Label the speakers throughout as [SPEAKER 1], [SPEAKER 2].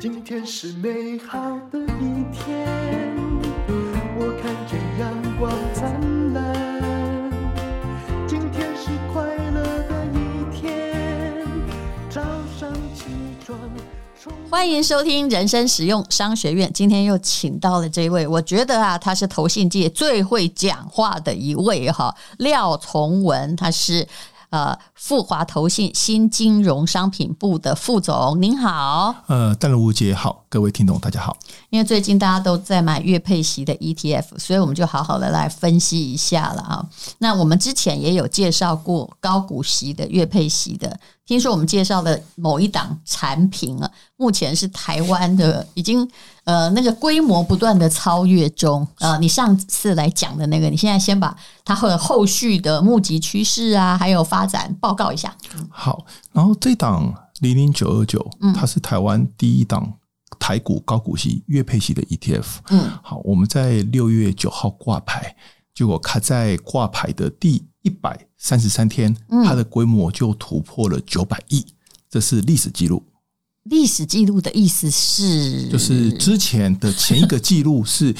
[SPEAKER 1] 今天是美好的一天，我看见阳光灿烂。今天是快乐的一天，早上起床充满
[SPEAKER 2] 欢迎收听人生实用商学院。今天又请到了这位，我觉得啊，他是投信界最会讲话的一位哈，廖崇文，他是呃富华投信新金融商品部的副总。您好，
[SPEAKER 3] 呃，淡如姐好，各位听众大家好。
[SPEAKER 2] 因为最近大家都在买月配息的 ETF，所以我们就好好的来分析一下了啊。那我们之前也有介绍过高股息的月配息的，听说我们介绍的某一档产品啊，目前是台湾的已经呃那个规模不断的超越中啊、呃。你上次来讲的那个，你现在先把它和后续的募集趋势啊，还有发展报告一下。
[SPEAKER 3] 好，然后这档零零九二九，
[SPEAKER 2] 嗯
[SPEAKER 3] 它是台湾第一档台股高股息月配息的 ETF。
[SPEAKER 2] 嗯，
[SPEAKER 3] 好，我们在六月九号挂牌，结果它在挂牌的第一百三十三天，
[SPEAKER 2] 嗯
[SPEAKER 3] 它的规模就突破了九百亿，这是历史记录。
[SPEAKER 2] 历史记录的意思是，
[SPEAKER 3] 就是之前的前一个记录是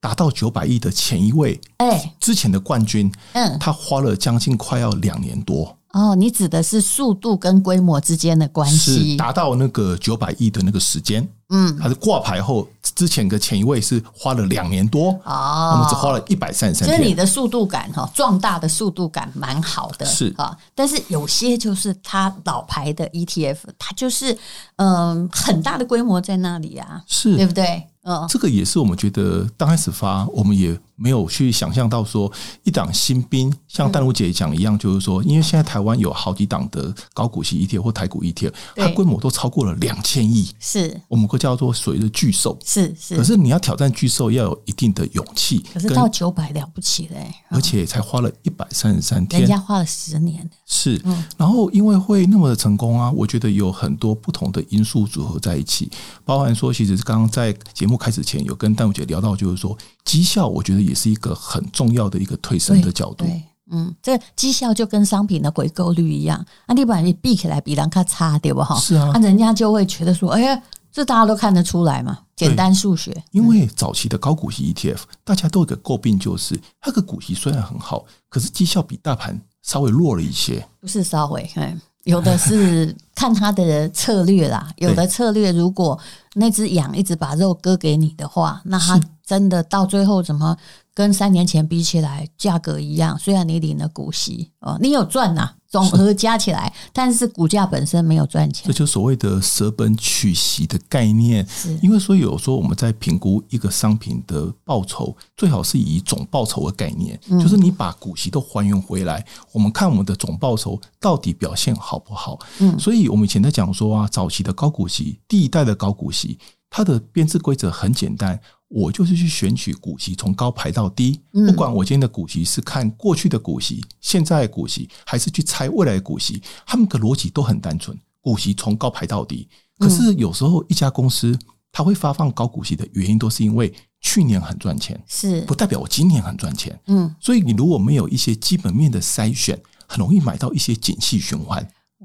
[SPEAKER 3] 达到九百亿的前一位，
[SPEAKER 2] 哎、
[SPEAKER 3] 之前的冠军，
[SPEAKER 2] 嗯。
[SPEAKER 3] 他花了将近快要两年多。
[SPEAKER 2] 哦，你指的是速度跟规模之间的关
[SPEAKER 3] 是
[SPEAKER 2] 系。
[SPEAKER 3] 达到那个九百亿的那个时间，
[SPEAKER 2] 嗯，
[SPEAKER 3] 它是挂牌后之前的前一位是花了两年多，我们只
[SPEAKER 2] 哦，
[SPEAKER 3] 花了一百三十
[SPEAKER 2] 所
[SPEAKER 3] 三
[SPEAKER 2] 以你
[SPEAKER 3] 天。
[SPEAKER 2] 的速度感哈，壮大的速度感蛮好的，
[SPEAKER 3] 是
[SPEAKER 2] 啊。但是有些就是它老牌的 ETF，它就是嗯很大的规模在那里啊，对
[SPEAKER 3] 是
[SPEAKER 2] 不对？嗯
[SPEAKER 3] 这个也是我们觉得刚开始发，我们也没有去想象到说一档新兵，像淡如姐讲一样，就是说，因为现在台湾有好几档的高股息 ETF 或台股 ETF，它
[SPEAKER 2] 对
[SPEAKER 3] 规模都超过了两千亿，
[SPEAKER 2] 是
[SPEAKER 3] 我们会叫做所谓的巨兽。
[SPEAKER 2] 是
[SPEAKER 3] 可
[SPEAKER 2] 是，
[SPEAKER 3] 是你要挑战巨兽，要有一定的勇气，
[SPEAKER 2] 可是
[SPEAKER 3] 跟
[SPEAKER 2] 到九百了不起嘞、
[SPEAKER 3] 而且才花了一百三十三天
[SPEAKER 2] 人，家花了十年，
[SPEAKER 3] 是，
[SPEAKER 2] 嗯
[SPEAKER 3] 然后因为会那么的成功啊，我觉得有很多不同的因素组合在一起，包含说，其实刚刚在节目开始前有跟戴茹姐聊到，就是说绩效，我觉得也是一个很重要的一个推升的角度。
[SPEAKER 2] 对，嗯，这绩效就跟商品的回购率一样，啊，你把你比起来比人家差，对不哈？
[SPEAKER 3] 是啊
[SPEAKER 2] 啊，人家就会觉得说，哎呀，这大家都看得出来嘛，简单数学，嗯
[SPEAKER 3] 因为早期的高股息 ETF，大家都有个诟病，就是它的股息虽然很好，可是绩效比大盘稍微弱了一些。
[SPEAKER 2] 不是稍微，哎，有的是看他的策略啦， 有的策略如果那只羊一直把肉割给你的话，那它真的到最后怎么跟三年前比起来价格一样？虽然你领了股息哦，你有赚呐、总额加起来，但是股价本身没有赚钱
[SPEAKER 3] 这。就是所谓的舍本取息的概念
[SPEAKER 2] 是。
[SPEAKER 3] 因为所以有时候我们在评估一个商品的报酬，最好是以总报酬为概念，就是你把股息都还原回来，我们看我们的总报酬到底表现好不好。
[SPEAKER 2] 嗯
[SPEAKER 3] 所以我们以前在讲说啊，早期的高股息，第一代的高股息，它的编制规则很简单。我就是去选取股息从高排到低，
[SPEAKER 2] 嗯
[SPEAKER 3] 不管我今天的股息是看过去的股息、现在的股息，还是去猜未来的股息，他们的逻辑都很单纯，股息从高排到低。可是有时候一家公司它会发放高股息的原因，都是因为去年很赚钱，
[SPEAKER 2] 是
[SPEAKER 3] 不，代表我今年很赚钱。
[SPEAKER 2] 嗯。
[SPEAKER 3] 所以你如果没有一些基本面的筛选，很容易买到一些景气循环。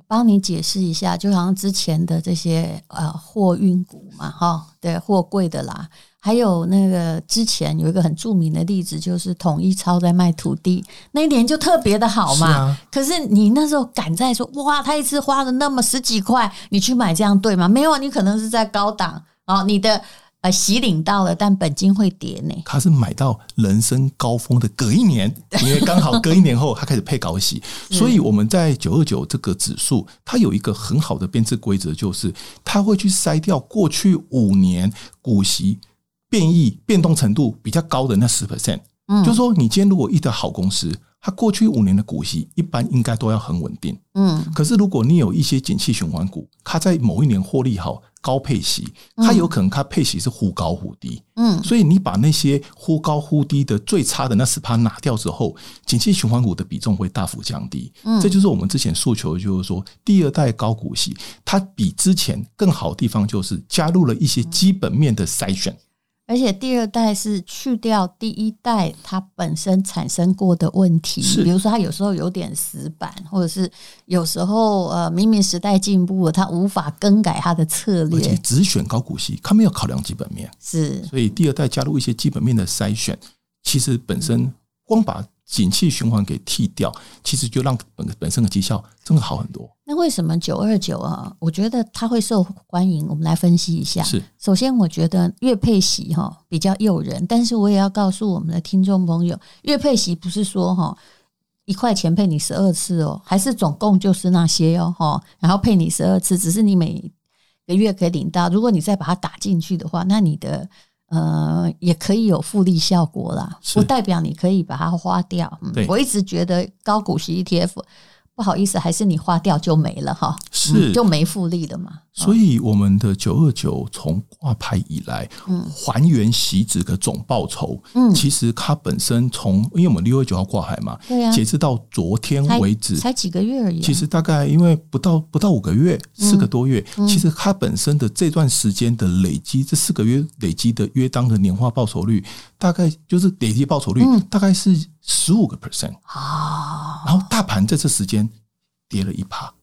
[SPEAKER 2] 帮你解释一下，就好像之前的这些呃货运股嘛，哈，对，货柜的啦，还有那个之前有一个很著名的例子，就是统一超在卖土地，那一年就特别的好嘛。
[SPEAKER 3] 是啊
[SPEAKER 2] 可是你那时候敢在说，哇，他一次花了那么十几块，你去买这样对吗？没有，啊，你可能是在高档哦，你的呃洗领到了，但本金会跌呢。
[SPEAKER 3] 他是买到人生高峰的隔一年，因为刚好隔一年后他开始配高息，所以我们在九二九这个指数，它有一个很好的编制规则，就是它会去筛掉过去五年股息变异变动程度比较高的那十 percent。
[SPEAKER 2] 嗯
[SPEAKER 3] 就说你今天如果一家好公司，它过去五年的股息一般应该都要很稳定，
[SPEAKER 2] 嗯，
[SPEAKER 3] 可是如果你有一些景气循环股，它在某一年获利好高配息，它有可能它配息是忽高忽低。
[SPEAKER 2] 嗯
[SPEAKER 3] 所以你把那些忽高忽低的最差的那十趴拿掉之后，景气循环股的比重会大幅降低。
[SPEAKER 2] 嗯
[SPEAKER 3] 这就是我们之前诉求，就是说第二代高股息，它比之前更好的地方就是加入了一些基本面的筛选。
[SPEAKER 2] 而且第二代是去掉第一代它本身产生过的问题，
[SPEAKER 3] 是
[SPEAKER 2] 比如说它有时候有点死板，或者是有时候呃明明时代进步了，它无法更改它的策
[SPEAKER 3] 而且
[SPEAKER 2] 略，
[SPEAKER 3] 只选高股息，他们要考量基本面，
[SPEAKER 2] 是
[SPEAKER 3] 所以第二代加入一些基本面的筛选，其实本身光把景气循环给剔掉，其实就让本本身的绩效真的好很多。
[SPEAKER 2] 那为什么九二九啊？我觉得它会受欢迎。我们来分析一下。
[SPEAKER 3] 是，
[SPEAKER 2] 首先我觉得月配息哈比较诱人，但是我也要告诉我们的听众朋友，月配息不是说哈一块钱配你十二次哦，还是总共就是那些哦哈，然后配你十二次，只是你每个月可以领到。如果你再把它打进去的话，那你的呃也可以有复利效果啦，
[SPEAKER 3] 是
[SPEAKER 2] 不代表你可以把它花掉。嗯
[SPEAKER 3] 对
[SPEAKER 2] 我一直觉得高股息 ETF。不好意思，还是你花掉就没了哈，
[SPEAKER 3] 是
[SPEAKER 2] 嗯就没复利了嘛。
[SPEAKER 3] 所以我们的九二九从挂牌以来，还原席值的总报酬，
[SPEAKER 2] 嗯
[SPEAKER 3] 其实它本身从因为我们六月九号挂牌嘛，
[SPEAKER 2] 对呀、
[SPEAKER 3] 截至到昨天
[SPEAKER 2] 嗯才
[SPEAKER 3] 为止，
[SPEAKER 2] 才几个月而已啊、
[SPEAKER 3] 其实大概因为不到不到五个月，四个多月，其实它本身的这段时间的累积，这四个月累积的约当的年化报酬率，大概就是累积报酬率大概是十五个 percent，
[SPEAKER 2] 啊、
[SPEAKER 3] 然后大盘在这时间跌了一趴，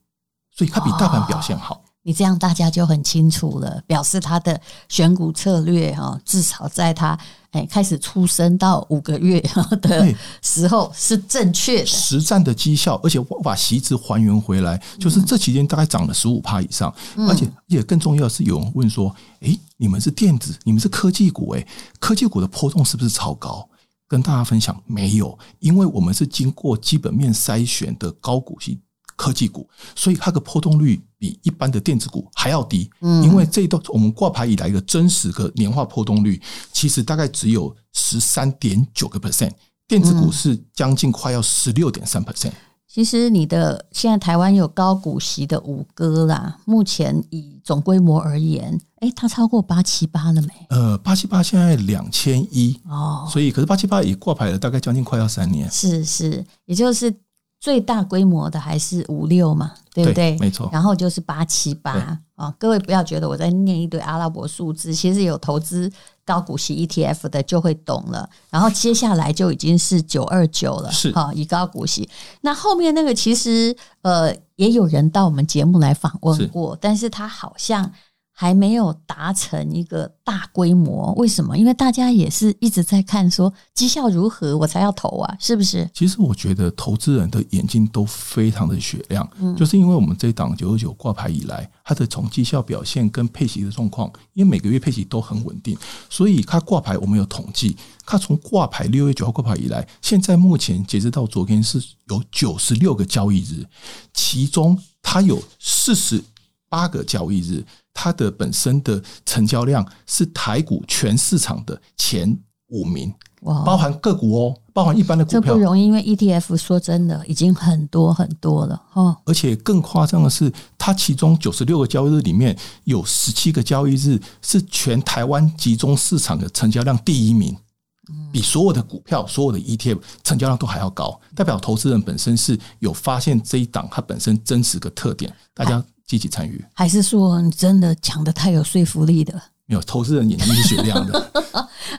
[SPEAKER 3] 所以它比大盘表现好。
[SPEAKER 2] 你这样大家就很清楚了，表示他的选股策略哈、至少在他哎开始出生到五个月哦的
[SPEAKER 3] 对
[SPEAKER 2] 时候是正确的。
[SPEAKER 3] 实战的绩效，而且我把席值还原回来，就是这期间大概涨了十五趴以上，而且也更重要的是有人问说，诶，你们是电子，你们是科技股、诶，科技股的波动是不是超高？跟大家分享，没有，因为我们是经过基本面筛选的高股息科技股，所以它的波动率比一般的电子股还要低。
[SPEAKER 2] 嗯
[SPEAKER 3] 因为这一段我们挂牌以来的真实的年化波动率，其实大概只有十三点九个 percent，电子股是将近快要十六点三 percent。
[SPEAKER 2] 其实你的现在台湾有高股息的五哥啦，目前以总规模而言，哎，它超过八七八了没？
[SPEAKER 3] 呃，八七八现在两千一，
[SPEAKER 2] 哦，
[SPEAKER 3] 所以可是八七八也挂牌了大概将近快要三年。
[SPEAKER 2] 是是，也就是最大规模的还是五六嘛，对不对？
[SPEAKER 3] 对没错
[SPEAKER 2] 然后就是八七八
[SPEAKER 3] 对
[SPEAKER 2] 啊，各位不要觉得我在念一堆阿拉伯数字，其实有投资高股息 ETF 的就会懂了。然后接下来就已经是九二九了，
[SPEAKER 3] 是
[SPEAKER 2] 啊，以高股息。那后面那个其实呃，也有人到我们节目来访问
[SPEAKER 3] 是
[SPEAKER 2] 过，但是他好像。还没有达成一个大规模，为什么？因为大家也是一直在看说绩效如何，我才要投啊，是不是？
[SPEAKER 3] 其实我觉得投资人的眼睛都非常的雪亮，
[SPEAKER 2] 嗯
[SPEAKER 3] 就是因为我们这一档九二九挂牌以来，它的从绩效表现跟配息的状况，因为每个月配息都很稳定，所以它挂牌我们有统计，它从挂牌六月九号挂牌以来，现在目前截止到昨天是有九十六个交易日，其中它有四十八个交易日，它的本身的成交量是台股全市场的前五名，
[SPEAKER 2] 哇，
[SPEAKER 3] 包含个股哦，包含一般的股
[SPEAKER 2] 这
[SPEAKER 3] 票
[SPEAKER 2] 不。容易，因为 ETF 说真的已经很多很多了哦。
[SPEAKER 3] 而且更夸张的是，它其中九十六个交易日里面有十七个交易日是全台湾集中市场的成交量第一名，
[SPEAKER 2] 嗯
[SPEAKER 3] 比所有的股票、所有的 ETF 成交量都还要高，代表投资人本身是有发现这一档它本身真实的特点，大家积极参与。
[SPEAKER 2] 还是说你真的讲的太有说服力了？
[SPEAKER 3] 没有，投资人眼睛是雪亮 的，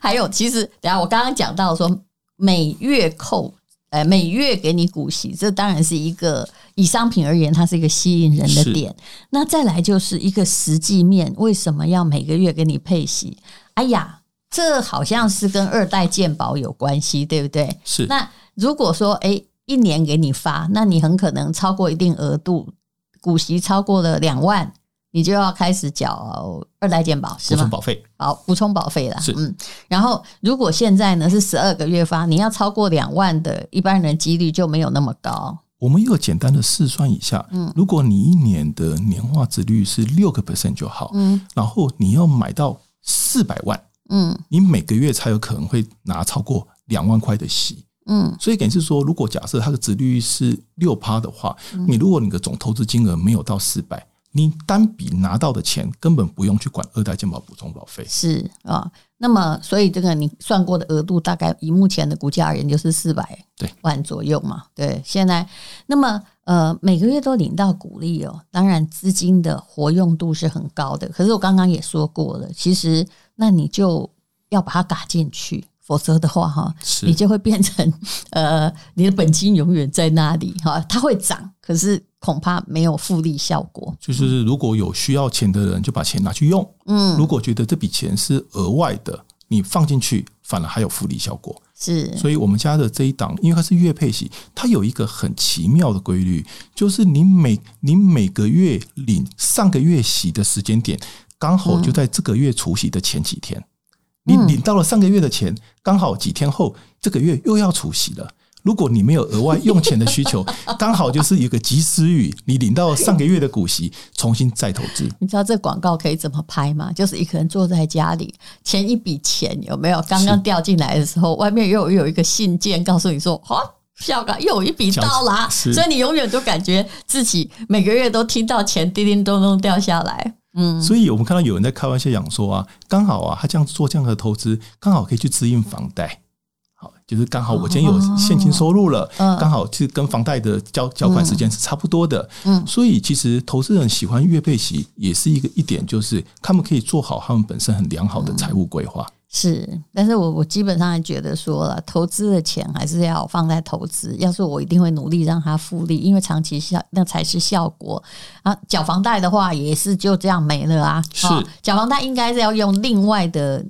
[SPEAKER 2] 还有，其实等一下我刚刚讲到说每月扣，呃，每月给你股息，这当然是一个以商品而言，它是一个吸引人的
[SPEAKER 3] 是
[SPEAKER 2] 点。那再来就是一个实际面，为什么要每个月给你配息？哎呀，这好像是跟二代健保有关系，对不对？
[SPEAKER 3] 是
[SPEAKER 2] 那如果说哎、诶一年给你发，那你很可能超过一定额度，股息超过了两万，你就要开始缴二代健保是
[SPEAKER 3] 补充
[SPEAKER 2] 吗？
[SPEAKER 3] 保费。
[SPEAKER 2] 保补充保费啦
[SPEAKER 3] 是，
[SPEAKER 2] 嗯。然后如果现在呢是十二个月发，你要超过两万的，一般人几率就没有那么高。
[SPEAKER 3] 我们又简单的试算一下，
[SPEAKER 2] 嗯
[SPEAKER 3] 如果你一年的年化值率是六个 percent 就好，
[SPEAKER 2] 嗯
[SPEAKER 3] 然后你要买到四百万。
[SPEAKER 2] 嗯
[SPEAKER 3] 你每个月才有可能会拿超过两万块的息。
[SPEAKER 2] 嗯，
[SPEAKER 3] 所以等于是说，如果假设它的值率是六趴的话，你如果你的总投资金额没有到四百，你单笔拿到的钱根本不用去管二代健保补充保费。
[SPEAKER 2] 是啊、那么所以这个你算过的额度，大概以目前的股价而言，就是四百
[SPEAKER 3] 对
[SPEAKER 2] 万左右嘛。对，现在那么呃每个月都领到股利哦，当然资金的活用度是很高的。可是我刚刚也说过了，其实那你就要把它嘎进去，否则的话哈，
[SPEAKER 3] 是
[SPEAKER 2] 你就会变成呃，你的本金永远在那里哈，它会涨，可是恐怕没有复利效果。
[SPEAKER 3] 就是如果有需要钱的人，就把钱拿去用。
[SPEAKER 2] 嗯，
[SPEAKER 3] 如果觉得这笔钱是额外的，你放进去反而还有复利效果。
[SPEAKER 2] 是
[SPEAKER 3] 所以我们家的这一档，因为它是月配息，它有一个很奇妙的规律，就是你每你每个月领上个月息的时间点，刚好就在这个月除息的前几天。你领到了上个月的钱，刚好几天后这个月又要除息了。如果你没有额外用钱的需求，刚好就是有个及时雨，你领到上个月的股息，重新再投资。
[SPEAKER 2] 你知道这广告可以怎么拍吗？就是一个人坐在家里，前一笔钱有没有刚刚掉进来的时候，外面又有一个信件告诉你说，啊，票港又有一笔到啦，
[SPEAKER 3] 是
[SPEAKER 2] 所以你永远都感觉自己每个月都听到钱叮叮咚咚掉下来。
[SPEAKER 3] 所以我们看到有人在开玩笑讲说啊，刚好啊，他这样做这样的投资，刚好可以去支应房贷。好，就是刚好我今天有
[SPEAKER 2] 哦
[SPEAKER 3] 现金收入了，
[SPEAKER 2] 嗯
[SPEAKER 3] 刚好是跟房贷的交交款时间是差不多的。
[SPEAKER 2] 嗯
[SPEAKER 3] 所以其实投资人喜欢月配息，也是一个一点，就是他们可以做好他们本身很良好的财务规划。
[SPEAKER 2] 是，但是我我基本上还觉得说了，投资的钱还是要放在投资。要是我一定会努力让它复利，因为长期效那才是效果啊。缴房贷的话也是就这样没了啊。
[SPEAKER 3] 是
[SPEAKER 2] 哦缴、房贷应该是要用另外的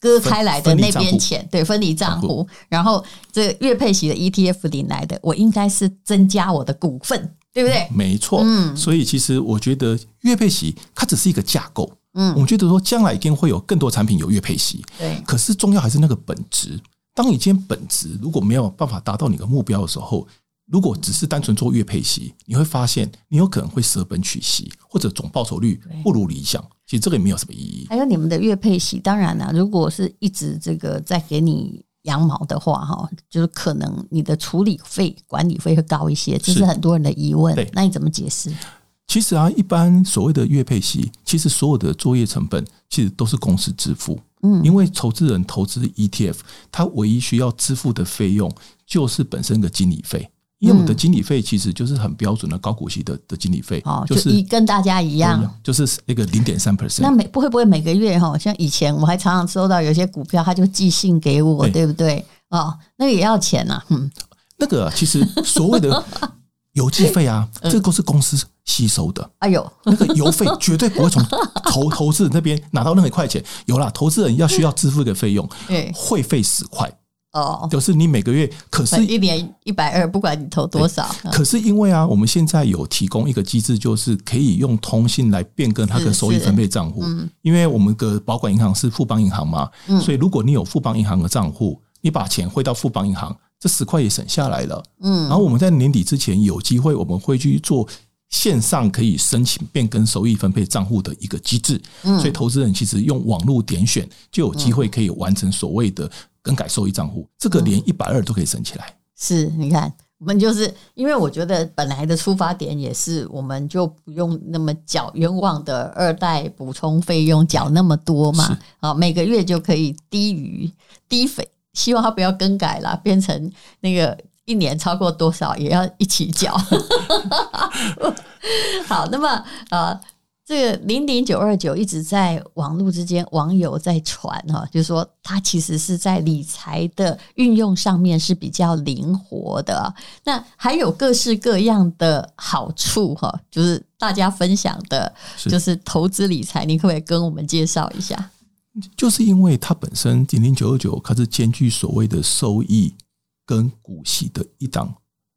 [SPEAKER 2] 割开来的
[SPEAKER 3] 分分离
[SPEAKER 2] 那
[SPEAKER 3] 账
[SPEAKER 2] 边
[SPEAKER 3] 户
[SPEAKER 2] 钱，对，分离账
[SPEAKER 3] 账户
[SPEAKER 2] 户。然后这月配息的 ETF 领来的，我应该是增加我的股份，对不对？
[SPEAKER 3] 没错，
[SPEAKER 2] 嗯
[SPEAKER 3] 所以其实我觉得月配息它只是一个架构，
[SPEAKER 2] 嗯
[SPEAKER 3] 我们觉得说将来一定会有更多产品有月配息，
[SPEAKER 2] 对，
[SPEAKER 3] 可是重要还是那个本质。当你今天本质如果没有办法达到你的目标的时候，如果只是单纯做月配息，你会发现你有可能会舍本取息，或者总报酬率
[SPEAKER 2] 对
[SPEAKER 3] 不如理想。其实这个也没有什么意义。
[SPEAKER 2] 还有你们的月配息，当然啦、啊如果是一直这个在给你羊毛的话，哈，就是可能你的处理费、管理费会高一些，这是
[SPEAKER 3] 是
[SPEAKER 2] 很多人的疑问
[SPEAKER 3] 对。
[SPEAKER 2] 那你怎么解释？
[SPEAKER 3] 其实啊，一般所谓的月配息，其实所有的作业成本其实都是公司支付。
[SPEAKER 2] 嗯
[SPEAKER 3] 因为投资人投资 E ETF，他唯一需要支付的费用就是本身的经理费。因为我
[SPEAKER 2] 嗯
[SPEAKER 3] 们的经理费其实就是很标准的高股息的的经理费，
[SPEAKER 2] 哦，就是一跟大家一样。
[SPEAKER 3] 就是那个零点三 percent。
[SPEAKER 2] 那每会不会每个月哈，像以前我还常常收到有些股票，他就寄信给我，
[SPEAKER 3] 对
[SPEAKER 2] 对不对？哦，那个也要钱呐、嗯，
[SPEAKER 3] 那个啊其实所谓 的邮寄费啊，
[SPEAKER 2] 嗯
[SPEAKER 3] 这个都是公司吸收的。
[SPEAKER 2] 哎呦，
[SPEAKER 3] 那个邮费绝对不会从 投投资人那边拿到任何一块钱。有啦，投资人要需要支付一个费用，
[SPEAKER 2] 对，
[SPEAKER 3] 会费十块，
[SPEAKER 2] 哎哦，
[SPEAKER 3] 就是你每个月。可是
[SPEAKER 2] 反正一年一百二，不管你投多少，
[SPEAKER 3] 可是因为啊，我们现在有提供一个机制，就是可以用通信来变更它的收益分配账户。因为我们的保管银行是富邦银行嘛，所以如果你有富邦银行的账户，你把钱汇到富邦银行，这十块也省下来了。
[SPEAKER 2] 嗯
[SPEAKER 3] 然后我们在年底之前有机会，我们会去做。线上可以申请变更收益分配账户的一个机制，所以投资人其实用网络点选就有机会可以完成所谓的更改收益账户，这个连一百二都可以省起来。
[SPEAKER 2] 是，你看，我们就是因为我觉得本来的出发点也是，我们就不用那么缴冤枉的二代补充费用，缴那么多嘛
[SPEAKER 3] 是，
[SPEAKER 2] 啊，每个月就可以低于低费，希望它不要更改啦，变成那个。一年超过多少也要一起缴。 好，那么呃，这个零零九二九一直在网络之间网友在传哈，就是说它其实是在理财的运用上面是比较灵活的啊。那还有各式各样的好处哈，就是大家分享的，
[SPEAKER 3] 是
[SPEAKER 2] 就是投资理财，你可不可以跟我们介绍一下？
[SPEAKER 3] 就是因为它本身零零九二九，它是兼具所谓的收益跟股息的一档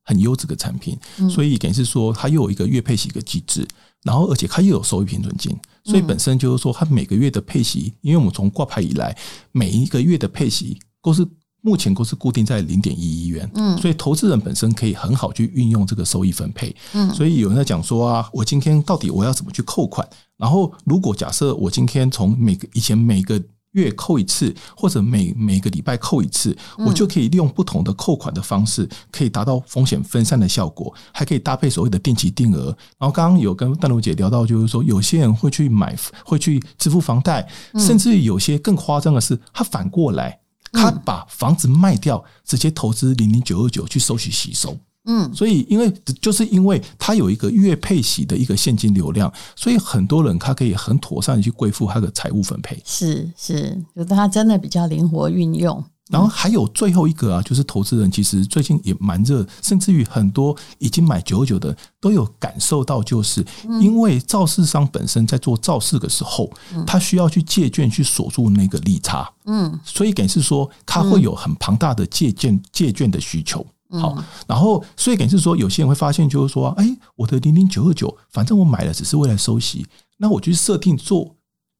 [SPEAKER 3] 很优质的产品，
[SPEAKER 2] 嗯
[SPEAKER 3] 所以等于是说它又有一个月配息的机制，然后而且它又有收益平准金，
[SPEAKER 2] 嗯
[SPEAKER 3] 所以本身就是说它每个月的配息，因为我们从挂牌以来，每一个月的配息都是。目前都是固定在零点一一元，
[SPEAKER 2] 嗯
[SPEAKER 3] 所以投资人本身可以很好去运用这个收益分配，
[SPEAKER 2] 嗯
[SPEAKER 3] 所以有人在讲说啊，我今天到底我要怎么去扣款？然后如果假设我今天从每个以前每个月扣一次，或者每每个礼拜扣一次，我就可以利用不同的扣款的方式，可以达到风险分散的效果，还可以搭配所谓的定期定额。然后刚刚有跟淡如姐聊到，就是说有些人会去买，会去支付房贷，甚至于有些更夸张的是，他反过来。他把房子卖掉，直接投资零零九二九去收取吸收。
[SPEAKER 2] 嗯，
[SPEAKER 3] 所以，因为就是因为它有一个月配息的一个现金流量，所以很多人他可以很妥善的去归复他的财务分配。
[SPEAKER 2] 是是，就它真的比较灵活运用。
[SPEAKER 3] 然后还有最后一个啊，就是投资人其实最近也蛮热，甚至于很多已经买九九的都有感受到，就是因为造市商本身在做造市的时候，他需要去借券去锁住那个利差，
[SPEAKER 2] 嗯
[SPEAKER 3] 所以等于是说他会有很庞大的借券借券的需求。
[SPEAKER 2] 嗯
[SPEAKER 3] 好，然后所以等于是说，有些人会发现就是说，哎，我的零零九二九，反正我买了只是为了收息，那我去设定做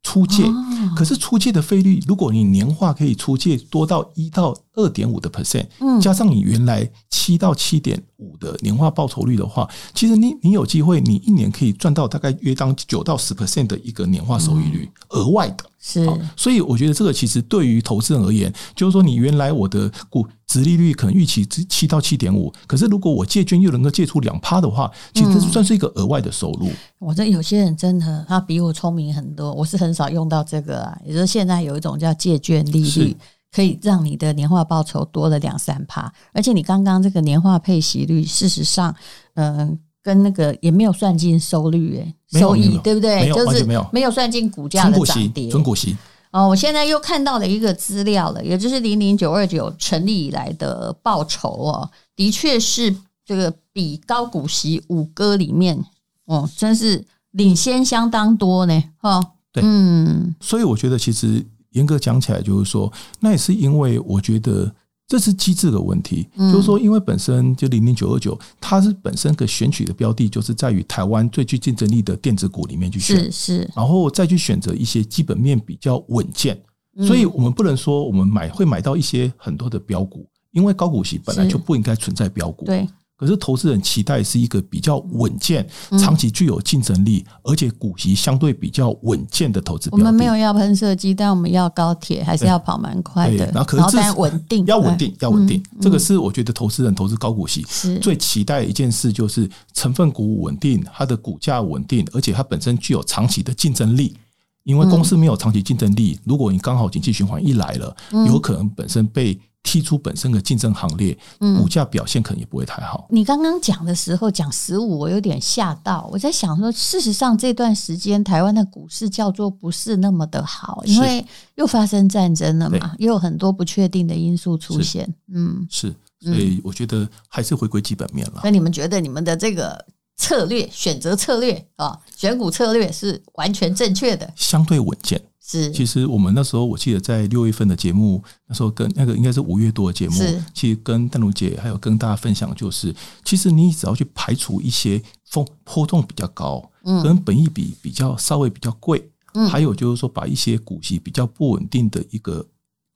[SPEAKER 3] 出借，
[SPEAKER 2] 哦
[SPEAKER 3] 可是出借的费率，如果你年化可以出借多到一到二点五的 percent，
[SPEAKER 2] 嗯
[SPEAKER 3] 加上你原来七到七点五的年化报酬率的话，其实你你有机会，你一年可以赚到大概约当九到十 percent 的一个年化收益率，
[SPEAKER 2] 嗯
[SPEAKER 3] 额外的。
[SPEAKER 2] 是
[SPEAKER 3] 好，所以我觉得这个其实对于投资人而言，就是说你原来我的股值利率可能预期七到七点五，可是如果我借券又能够借出两趴的话，其实这算是一个额外的收入。
[SPEAKER 2] 我这有些人真的他比我聪明很多，我是很少用到这个啊。也就是现在有一种叫借券利率
[SPEAKER 3] 是，
[SPEAKER 2] 可以让你的年化报酬多了两三趴，而且你刚刚这个年化配息率，事实上，嗯、跟那个也没有算进收率、欸，
[SPEAKER 3] 没有
[SPEAKER 2] 收
[SPEAKER 3] 没
[SPEAKER 2] 益
[SPEAKER 3] 有
[SPEAKER 2] 对不
[SPEAKER 3] 没
[SPEAKER 2] 对？
[SPEAKER 3] 有
[SPEAKER 2] 就
[SPEAKER 3] 完
[SPEAKER 2] 是
[SPEAKER 3] 全没有
[SPEAKER 2] 算进股价
[SPEAKER 3] 纯
[SPEAKER 2] 的
[SPEAKER 3] 股
[SPEAKER 2] 涨
[SPEAKER 3] 息
[SPEAKER 2] 跌，。
[SPEAKER 3] 纯股息，
[SPEAKER 2] 哦，我现在又看到了一个资料了，也就是零零九二九成立以来的报酬哦，的确是这个比高股息五哥里面哦，真是领先相当多呢。哦，
[SPEAKER 3] 对
[SPEAKER 2] 嗯，
[SPEAKER 3] 所以我觉得其实严格讲起来，就是说，那也是因为我觉得这是机制的问题，
[SPEAKER 2] 嗯
[SPEAKER 3] 就是说，因为本身就零零九二九，它是本身个选取的标的就是在于台湾最具竞争力的电子股里面去选，
[SPEAKER 2] 是是，
[SPEAKER 3] 然后再去选择一些基本面比较稳健，
[SPEAKER 2] 嗯
[SPEAKER 3] 所以我们不能说我们买会买到一些很多的标股，因为高股息本来
[SPEAKER 2] 是
[SPEAKER 3] 就不应该存在标股，
[SPEAKER 2] 对，
[SPEAKER 3] 可是投资人期待是一个比较稳健、
[SPEAKER 2] 嗯
[SPEAKER 3] 长期具有竞争力，而且股息相对比较稳健的投资
[SPEAKER 2] 我
[SPEAKER 3] 标的。
[SPEAKER 2] 们没有要喷射机，但我们要高铁，还是
[SPEAKER 3] 对
[SPEAKER 2] 要跑蛮快
[SPEAKER 3] 对
[SPEAKER 2] 的，
[SPEAKER 3] 然后可是这
[SPEAKER 2] 但稳定，
[SPEAKER 3] 要
[SPEAKER 2] 哎
[SPEAKER 3] 稳，定，要稳定。
[SPEAKER 2] 嗯
[SPEAKER 3] 这个是我觉得投资人投资高股息
[SPEAKER 2] 是
[SPEAKER 3] 最期待的一件事，就是成分股稳定，它的股价稳定，而且它本身具有长期的竞争力。因为公司没有长期竞争力，如果你刚好景气循环一来了，有可能本身被踢出本身的竞争行列，股价表现可能也不会太好。
[SPEAKER 2] 你刚刚讲的时候讲十五，我有点吓到。我在想说，事实上这段时间台湾的股市叫做不是那么的好，
[SPEAKER 3] 是
[SPEAKER 2] 因为又发生战争了嘛，又有很多不确定的因素出现。嗯，
[SPEAKER 3] 是，所以我觉得还是回归基本面了。
[SPEAKER 2] 那你们觉得你们的这个策略、选择策略啊，选股策略是完全正确的？
[SPEAKER 3] 相对稳健。
[SPEAKER 2] 是
[SPEAKER 3] 其实我们那时候，我记得在六月份的节目，那时候跟那个应该是五月多的节目
[SPEAKER 2] 是，
[SPEAKER 3] 其实跟丹如姐还有跟大家分享，就是其实你只要去排除一些风波动比较高，
[SPEAKER 2] 嗯
[SPEAKER 3] 跟本益比比较稍微比较贵，
[SPEAKER 2] 嗯
[SPEAKER 3] 还有就是说把一些股息比较不稳定的一个。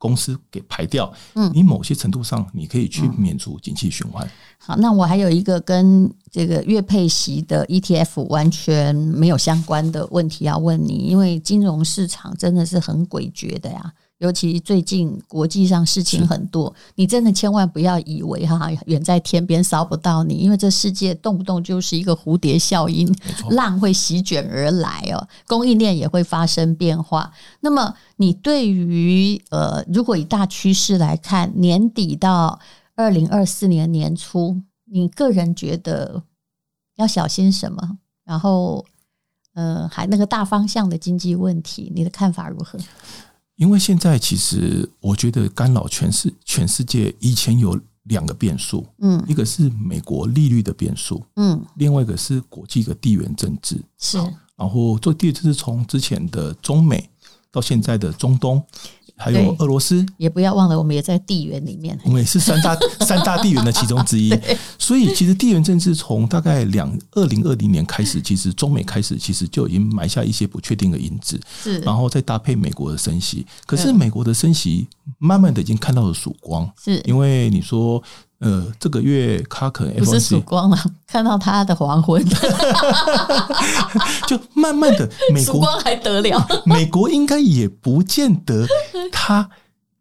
[SPEAKER 3] 公司给排掉，
[SPEAKER 2] 嗯
[SPEAKER 3] 你某些程度上你可以去免除景气循环，
[SPEAKER 2] 好，那我还有一个跟这个月配息的 ETF 完全没有相关的问题要问你，因为金融市场真的是很诡谲的呀。尤其最近国际上事情很多，你真的千万不要以为哈远在天边烧不到你，因为这世界动不动就是一个蝴蝶效应，
[SPEAKER 3] 没错。
[SPEAKER 2] 浪会席卷而来哦，供应链也会发生变化。那么，你对于呃，如果以大趋势来看，年底到二零二四年年初，你个人觉得要小心什么？然后，呃，还那个大方向的经济问题，你的看法如何？
[SPEAKER 3] 因为现在其实我觉得干扰全世全世界以前有两个变数，
[SPEAKER 2] 嗯
[SPEAKER 3] 一个是美国利率的变数，
[SPEAKER 2] 嗯，
[SPEAKER 3] 另外一个是国际的地缘政治。
[SPEAKER 2] 是
[SPEAKER 3] 然后做地缘政治从之前的中美到现在的中东，还有
[SPEAKER 2] 对
[SPEAKER 3] 俄罗斯，
[SPEAKER 2] 也不要忘了，我们也在地缘里面。
[SPEAKER 3] 我们也是 三大三大地缘的其中之一。所以其实地缘政治从大概两二零二零年开始，其实中美开始其实就已经埋下一些不确定的因子，
[SPEAKER 2] 是
[SPEAKER 3] 然后再搭配美国的升息。可是
[SPEAKER 2] 嗯
[SPEAKER 3] 美国的升息慢慢的已经看到了曙光，
[SPEAKER 2] 是，
[SPEAKER 3] 因为你说。呃，这个月它可能
[SPEAKER 2] 不是
[SPEAKER 3] FOMC
[SPEAKER 2] 曙光了， 看到他的黄昏，
[SPEAKER 3] 就慢慢的，美
[SPEAKER 2] 曙
[SPEAKER 3] 国
[SPEAKER 2] 光还得了？
[SPEAKER 3] 美国应该也不见得他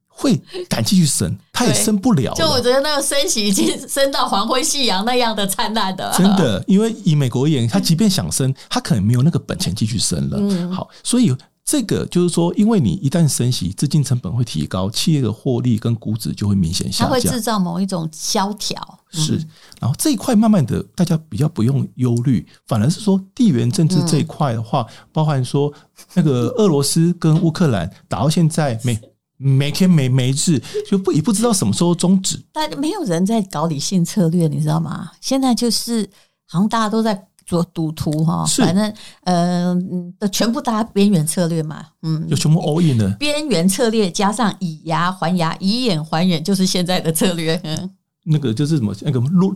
[SPEAKER 3] 会敢继续升，他也升不了
[SPEAKER 2] 就我
[SPEAKER 3] 了。
[SPEAKER 2] 觉得那个升息已经升到黄昏夕阳那样的灿烂的，
[SPEAKER 3] 真的，因为以美国而言，他即便想升，他可能没有那个本钱继续升了。
[SPEAKER 2] 嗯
[SPEAKER 3] 好，所以这个就是说，因为你一旦升息，资金成本会提高，企业的获利跟估值就会明显
[SPEAKER 2] 它
[SPEAKER 3] 下
[SPEAKER 2] 会
[SPEAKER 3] 降
[SPEAKER 2] 制。造某一种萧条。
[SPEAKER 3] 是，然后这一块慢慢的，大家比较不用忧虑，反而是说地缘政治这一块的话，包含说那个俄罗斯跟乌克兰打到现在每每天每每日就不也不知道什么时候终止，
[SPEAKER 2] 但没有人在搞理性策略，你知道吗？现在就是好像大家都在做赌徒哈，
[SPEAKER 3] 是
[SPEAKER 2] 反正呃，嗯全部大家边缘策略嘛，嗯
[SPEAKER 3] 就，全部 all in 了。
[SPEAKER 2] 边缘策略加上以牙还牙、以眼还眼，就是现在的策略。 嗯，
[SPEAKER 3] 那个就是什么那个诺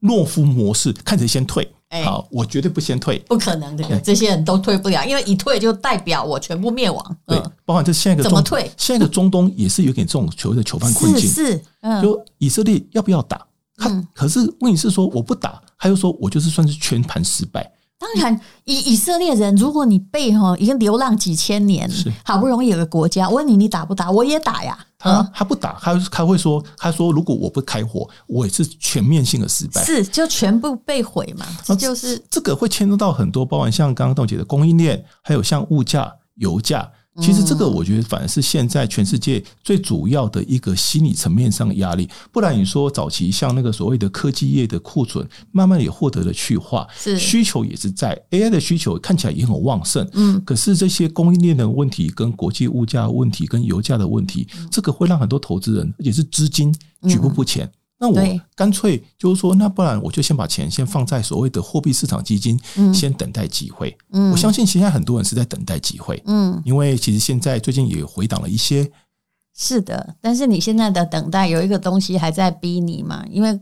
[SPEAKER 3] 诺夫模式，看谁先退。
[SPEAKER 2] 哎
[SPEAKER 3] 好，我绝对不先退。
[SPEAKER 2] 不可能的，这些人都退不了，因为一退就代表我全部灭亡。
[SPEAKER 3] 对
[SPEAKER 2] 嗯，，
[SPEAKER 3] 包含这现在一个
[SPEAKER 2] 怎么
[SPEAKER 3] 中
[SPEAKER 2] 退
[SPEAKER 3] 现在的中东也是有点这种所谓的囚犯困
[SPEAKER 2] 是
[SPEAKER 3] 境，
[SPEAKER 2] 是，嗯，
[SPEAKER 3] 就以色列要不要打？他
[SPEAKER 2] 嗯
[SPEAKER 3] 可是问题是说我不打，他又说我就是算是全盘失败。
[SPEAKER 2] 当然，以以色列人，如果你被哈已经流浪几千年
[SPEAKER 3] 是，
[SPEAKER 2] 好不容易有个国家，我问你，你打不打？我也打呀，
[SPEAKER 3] 他
[SPEAKER 2] 嗯，
[SPEAKER 3] 他不打，他他会说，他说如果我不开火，我也是全面性的失败。
[SPEAKER 2] 是就全部被毁嘛，这
[SPEAKER 3] 那
[SPEAKER 2] 就是
[SPEAKER 3] 这个会牵涉到很多，包含像刚刚董姐的供应链，还有像物价、油价。其实这
[SPEAKER 2] 嗯
[SPEAKER 3] 个我觉得反而是现在全世界最主要的一个心理层面上的压力。不然你说早期像那个所谓的科技业的库存，慢慢也获得了去化，
[SPEAKER 2] 是
[SPEAKER 3] 需求也是在 AI 的需求看起来也很旺盛。
[SPEAKER 2] 嗯，
[SPEAKER 3] 可是这些供应链的问题、跟国际物价问题、跟油价的问题，
[SPEAKER 2] 嗯
[SPEAKER 3] 这个会让很多投资人，而且是资金举步不前。那
[SPEAKER 2] 嗯对
[SPEAKER 3] 我干脆就是说，那不然我就先把钱先放在所谓的货币市场基金，
[SPEAKER 2] 嗯
[SPEAKER 3] 先等待机会。
[SPEAKER 2] 嗯
[SPEAKER 3] 我相信现在很多人是在等待机会，
[SPEAKER 2] 嗯，
[SPEAKER 3] 因为其实现在最近也回档了一些。
[SPEAKER 2] 是的，但是你现在的等待有一个东西还在逼你嘛，因为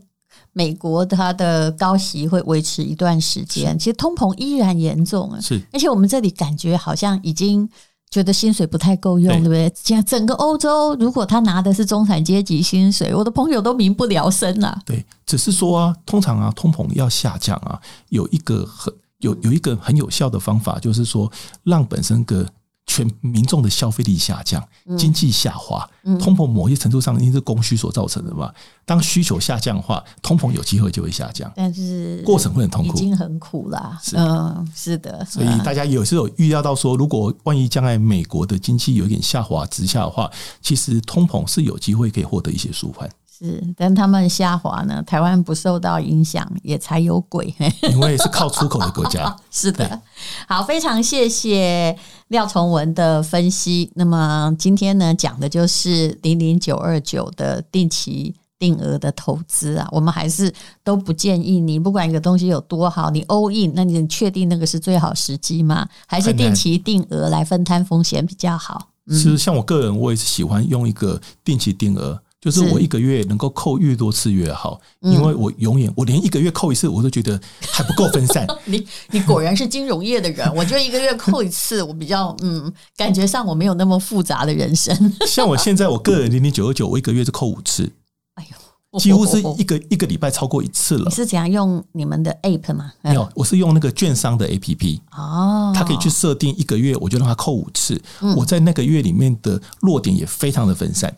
[SPEAKER 2] 美国它的高息会维持一段时间，其实通膨依然严重啊，
[SPEAKER 3] 是
[SPEAKER 2] 而且我们这里感觉好像已经觉得薪水不太够用，对
[SPEAKER 3] 对
[SPEAKER 2] 不对？现在整个欧洲，如果他拿的是中产阶级薪水，我的朋友都民不聊生啊了、
[SPEAKER 3] 对，只是说啊，通常啊，通膨要下降啊，有一个很有有一个很有效的方法，就是说让本身个全民众的消费力下降，
[SPEAKER 2] 嗯
[SPEAKER 3] 经济下滑，通膨某些程度上一定是供需所造成的嘛。当需求下降的话，通膨有机会就会下降，
[SPEAKER 2] 但是
[SPEAKER 3] 过程会很痛
[SPEAKER 2] 已
[SPEAKER 3] 苦。
[SPEAKER 2] 经很苦啦。
[SPEAKER 3] 是
[SPEAKER 2] 嗯，是的，
[SPEAKER 3] 所以
[SPEAKER 2] 嗯
[SPEAKER 3] 大家有时候有预料到说，如果万一将来美国的经济有一点下滑之下的话，其实通膨是有机会可以获得一些舒缓，
[SPEAKER 2] 是，但他们下滑呢，台湾不受到影响，也才有鬼。
[SPEAKER 3] 因为是靠出口的国家。
[SPEAKER 2] 是
[SPEAKER 3] 对
[SPEAKER 2] 的，好，非常谢谢廖崇文的分析。那么今天呢，讲的就是零零九二九的定期定额的投资啊，我们还是都不建议你，不管一个东西有多好，你 all in，那你确定那个是最好时机吗？还是
[SPEAKER 3] 很难
[SPEAKER 2] 定期定额来分摊风险比较好？
[SPEAKER 3] 其实像我个人，我也是喜欢用一个定期定额，就是
[SPEAKER 2] 是嗯
[SPEAKER 3] 我一个月能够扣越多次越好，因为我永远我连一个月扣一次，我都觉得还不够 分散。
[SPEAKER 2] 你你果然是金融业的人，我觉得一个月扣一次，我比较嗯，感觉上我没有那么复杂的人生。
[SPEAKER 3] 像我现在，我个人零零九二九，我一个月就扣五次，
[SPEAKER 2] 哎呦，
[SPEAKER 3] 几乎是一个一个礼拜超过一次了
[SPEAKER 2] 哦你。是怎样用你们的 app 吗？
[SPEAKER 3] 没有，我是用那个券商的 A P P，
[SPEAKER 2] 哦，嗯
[SPEAKER 3] 它可以去设定一个月，我就让它扣五次。我在那个月里面的落点也非常的分散。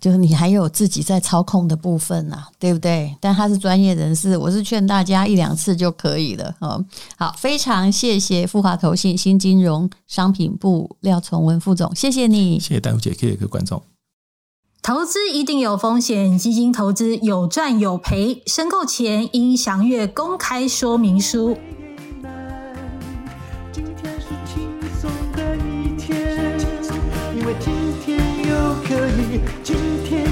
[SPEAKER 2] 就是你还有自己在操控的部分呐、对不对？但他是专业人士，我是劝大家一两次就可以了。哦，好，非常谢谢富华投信新金融商品部廖崇文副总，谢谢你。
[SPEAKER 3] 谢谢丹如姐，谢谢各位观众。
[SPEAKER 4] 投资一定有风险，基金投资有赚有赔。申购前应详阅公开说明书。
[SPEAKER 1] 今天是轻松的一天，因为今天又可以，今天